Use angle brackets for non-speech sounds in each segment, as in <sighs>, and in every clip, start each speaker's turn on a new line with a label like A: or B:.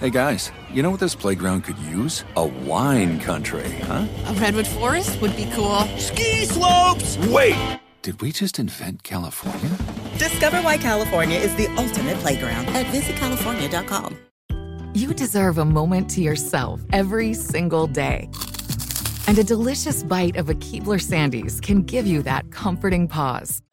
A: Hey guys, you know what this playground could use? A wine country, huh?
B: A redwood forest would be cool.
C: Ski slopes!
A: Wait! Did we just invent California?
D: Discover why California is the ultimate playground at visitcalifornia.com.
E: You deserve a moment to yourself every single day. And a delicious bite of a Keebler Sandys can give you that comforting pause. <sighs>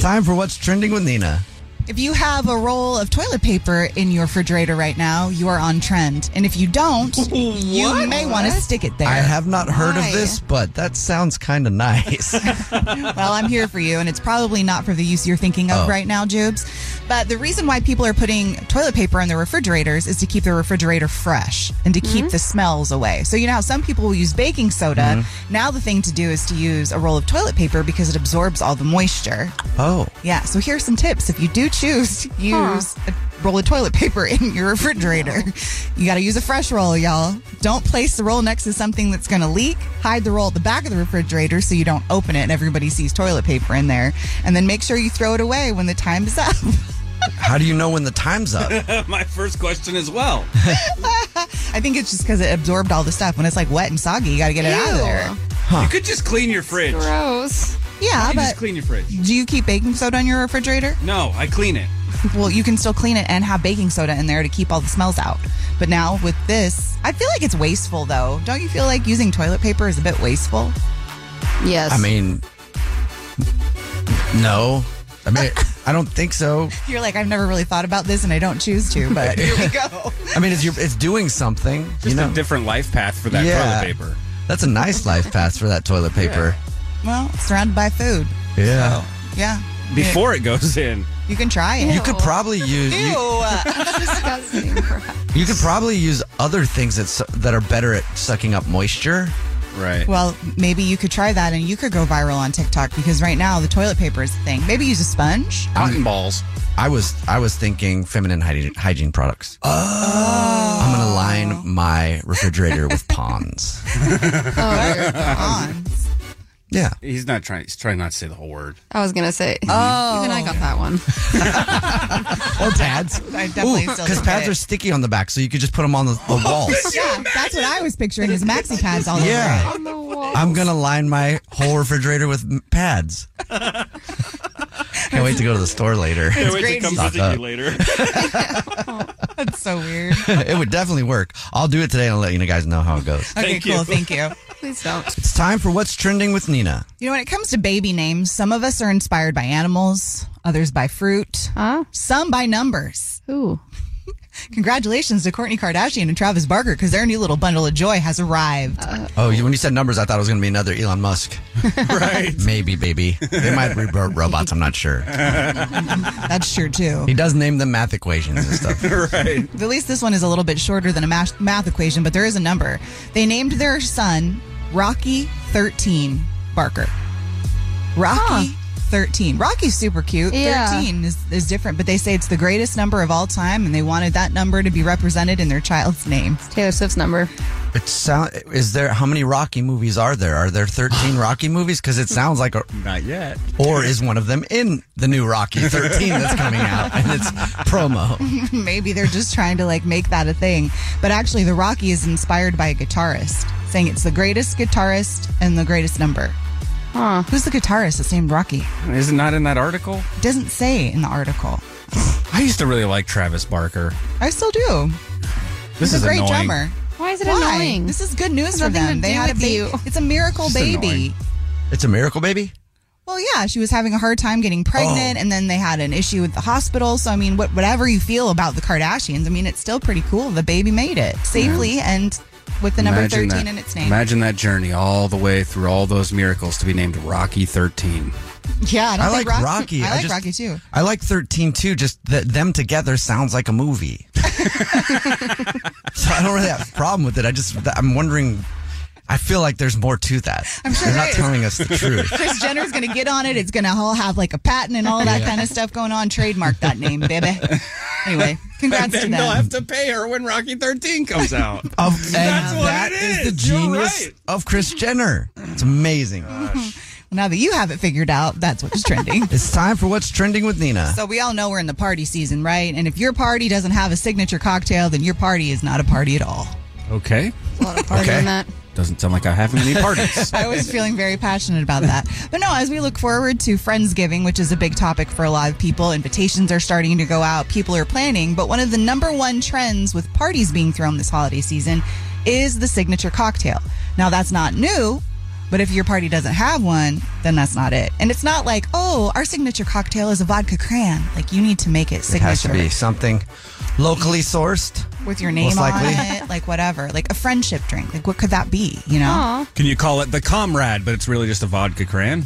F: Time for what's trending with Nina.
G: If you have a roll of toilet paper in your refrigerator right now, you are on trend. And if you don't, you may want to stick it there.
F: I have not heard
G: Why?
F: of this, but that sounds kind of nice.
G: well, I'm here for you, and it's probably not for the use you're thinking of
F: Oh.
G: right now, Jubes. But the reason why people are putting toilet paper in their refrigerators is to keep their refrigerator fresh and to keep the smells away. So, you know how some people will use baking soda.
F: Mm-hmm.
G: Now, the thing to do is to use a roll of toilet paper because it absorbs all the moisture.
F: oh,
G: Yeah, so here's some tips. If you do choose to use a roll of toilet paper <laughs> in your refrigerator, you got to use a fresh roll, y'all. Don't place the roll next to something that's going to leak. Hide the roll at the back of the refrigerator so you don't open it and everybody sees toilet paper in there. And then make sure you throw it away when the time is <laughs> up.
F: how do you know when the time's up?
C: My first question as well.
G: I think it's just because it absorbed all the stuff. When it's like wet and soggy, you got to get it out of there.
C: You could just clean your fridge. You
B: Gross.
G: Yeah,
C: just
G: but
C: clean your fridge.
G: do you keep baking soda in your refrigerator?
C: No, I clean it.
G: Well, you can still clean it and have baking soda in there to keep all the smells out. But now with this, I feel like it's wasteful though. Don't you feel like using toilet paper is a bit wasteful?
B: Yes.
F: I mean, no. I mean, I don't think so.
G: You're like, I've never really thought about this and I don't choose to,
F: <laughs>
G: but here we go.
F: I mean, it's your, it's doing something. you
C: Just
F: know,
C: a different life path for that
F: Yeah.
C: toilet paper.
F: that's a nice life path for that toilet paper.
G: Well, surrounded by food.
F: Yeah.
G: Yeah.
C: Before it goes in.
G: You can try it.
F: You could probably use
G: Ew.
F: you, <laughs>
B: disgusting.
F: you could probably use other things that su- that are better at sucking up moisture.
C: Right.
G: <laughs> Well, maybe you could try that and you could go viral on TikTok because right now the toilet paper is the thing. Maybe use a sponge.
C: Cotton balls.
F: I was I was thinking feminine hygiene, hygiene products. Oh. I'm gonna line my refrigerator with ponds.
G: On.
F: Yeah.
C: He's not trying. He's trying not to say the whole word.
B: I was gonna say. Oh, even I got that one.
F: Or pads.
G: I definitely still
F: Because
G: don't
F: pads
G: get
F: are
G: it.
F: sticky on the back, so you could just put them on the, the walls.
G: Yeah, that's what I was picturing is maxi pads all over.
F: Yeah.
B: On the wall.
F: I'm going to line my whole refrigerator with m- pads. Can't wait to go to the store later.
C: Can't
G: great.
F: Stock up.
C: later.
G: <laughs> That's so weird.
F: <laughs> it would definitely work. I'll do it today and I'll let you guys know how it goes.
G: Okay,
C: Thank you.
G: cool. Thank you.
B: Please don't.
F: It's time for What's Trending with Nina.
G: You know, when it comes to baby names, some of us are inspired by animals, others by fruit,
B: Huh?
G: some by numbers.
B: Ooh.
G: <laughs> Congratulations to Courtney Kardashian and Travis Barker because their new little bundle of joy has arrived.
F: Oh, you, when you said numbers, I thought it was going to be another Elon Musk.
C: right.
F: Maybe, baby. They might be ro- robots. I'm not sure.
G: That's sure too.
F: He does name them math equations and stuff.
C: Right.
G: At least this one is a little bit shorter than a math, math equation, but there is a number. They named their son Rocky 13 Barker. Rocky 13. Rocky's super cute.
B: Yeah.
G: 13 is, is different, but they say it's the greatest number of all time, and they wanted that number to be represented in their child's name.
B: <laughs>
G: <laughs>
B: Taylor Swift's number.
F: It sound is there how many Rocky movies are there? Are there 13 Rocky movies? Because it sounds like a
C: <laughs> Not yet.
F: or is one of them in the new Rocky 13 that's coming out and it's promo.
G: Maybe they're just trying to like make that a thing. But actually, the Rocky is inspired by a guitarist, saying it's the greatest guitarist and the greatest number. Who's the guitarist that's named Rocky?
C: Is it not in that article?
G: Doesn't say in the article.
C: I used to really like Travis Barker.
G: I still do.
C: This
G: He's
C: is
G: a great
C: annoying.
G: drummer.
B: Why is it
G: Why?
B: annoying?
G: This is good news for
B: Nothing to
G: them. They
B: do
G: had a
B: with
G: baby.
B: you.
G: It's a miracle
C: Just
G: baby.
C: annoying.
F: It's a miracle baby?
G: Well, yeah, she was having a hard time getting
C: Oh.
G: pregnant, and then they had an issue with the hospital. So, I mean, what, whatever you feel about the Kardashians, I mean, it's still pretty cool. The baby made it safely and with the number 13
C: that,
G: in its name.
C: Imagine that journey all the way through all those miracles to be named Rocky 13.
G: Yeah, I, don't
F: I like
G: think
F: Rocky.
G: I like
F: just-
G: Rocky too.
F: I like 13 too. Just that them together sounds like a
G: <laughs>
F: movie. so I don't really have a problem with it. I just I'm wondering. I feel like there's more to that. I'm
G: sure
F: They're
G: there
F: not
G: is.
F: telling
G: <laughs>
F: us the truth.
G: Chris Jenner's going to get on it. It's going to all have like a patent and all that kind of stuff going on. Trademark that name,
C: <laughs>
G: baby. Anyway, congrats to them.
C: to pay her when Rocky 13 comes out.
F: Of, and
C: what
F: that
C: it
F: is. the
C: is. You're
F: genius
C: right.
F: of Chris Jenner. It's
G: <laughs>
F: amazing.
G: now that you have it figured out, that's what's trending.
F: It's time for what's trending with Nina.
G: so we all know we're in the party season, right? And if your party doesn't have a signature cocktail, then your party is not a party at all.
F: <laughs>
C: okay.
B: A lot of party
F: Okay.
B: in that.
C: <laughs> Doesn't sound like I have <laughs> any parties.
F: <laughs>
G: I was feeling very passionate about that. But no, as we look forward to Friendsgiving, which is a big topic for a lot of people, invitations are starting to go out, people are planning. But one of the number one trends with parties being thrown this holiday season is the signature cocktail. Now, that's not new. But if your party doesn't have one, then that's not it. And it's not like, oh, our signature cocktail is a vodka cran. Like you need to make it
F: it has to
G: signature
F: be something locally sourced.
G: with your name
F: Most
G: on
F: likely.
G: it, like whatever, like a friendship drink. Like what could that be? You know,
B: Aw.
C: Can you call it the comrade, but it's really just a vodka cran?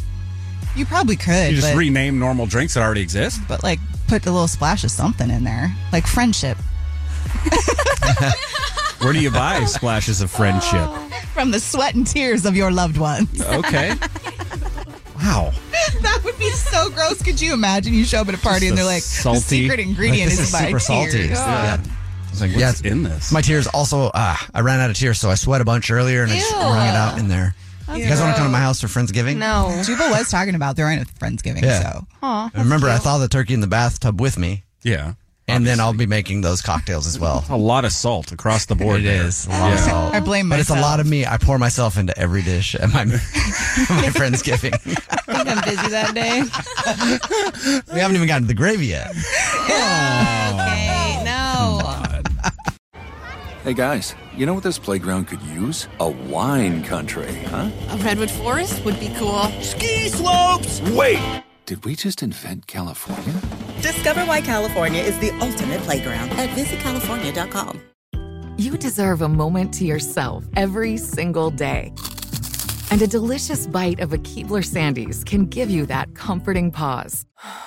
G: you probably could.
C: You just
G: but-
C: rename normal drinks that already exist?
G: but like put a little splash of something in there, like friendship
C: Where do
F: <laughs>
C: you buy splashes of friendship?
G: from the sweat and tears of your loved ones. <laughs>
C: Okay. Wow.
G: that would be so gross. Could you imagine? You show up at a party
C: Just
G: and they're
C: a
G: like,
C: salty-
G: the secret ingredient
F: Like, <laughs> this
G: is,
F: is
G: my
F: super salty.
G: tears.
F: Yeah. It's like, yeah,
C: What's in this?
F: My tears also, uh, I ran out of tears, so I sweat a bunch earlier and I just
B: Ew.
F: wrung it out in there. you guys want to come to my house for Friendsgiving?
B: <laughs> No.
G: Juba was talking about throwing a friendsgiving,
F: Yeah.
G: so
B: Aw.
F: I remember, I thaw the turkey in the bathtub with me,
C: yeah.
F: and then I'll be making those cocktails as
B: <laughs>
F: well.
C: A lot of salt across the board.
F: It
C: there.
F: is a lot of
C: Yeah.
F: salt.
G: I blame
F: But it's
G: myself.
F: a lot of me. I pour myself into every dish at my, <laughs>
B: <laughs>
F: my Friendsgiving.
G: I think I'm busy that day.
F: We haven't even gotten to the gravy yet.
B: Okay. No.
A: Hey guys, you know what this playground could use? A wine country, huh?
H: A redwood forest would be cool.
A: Ski slopes! Wait! Did we just invent California?
D: Discover why California is the ultimate playground at visitcalifornia.com.
E: You deserve a moment to yourself every single day. And a delicious bite of a Keebler Sandies can give you that comforting pause. <sighs>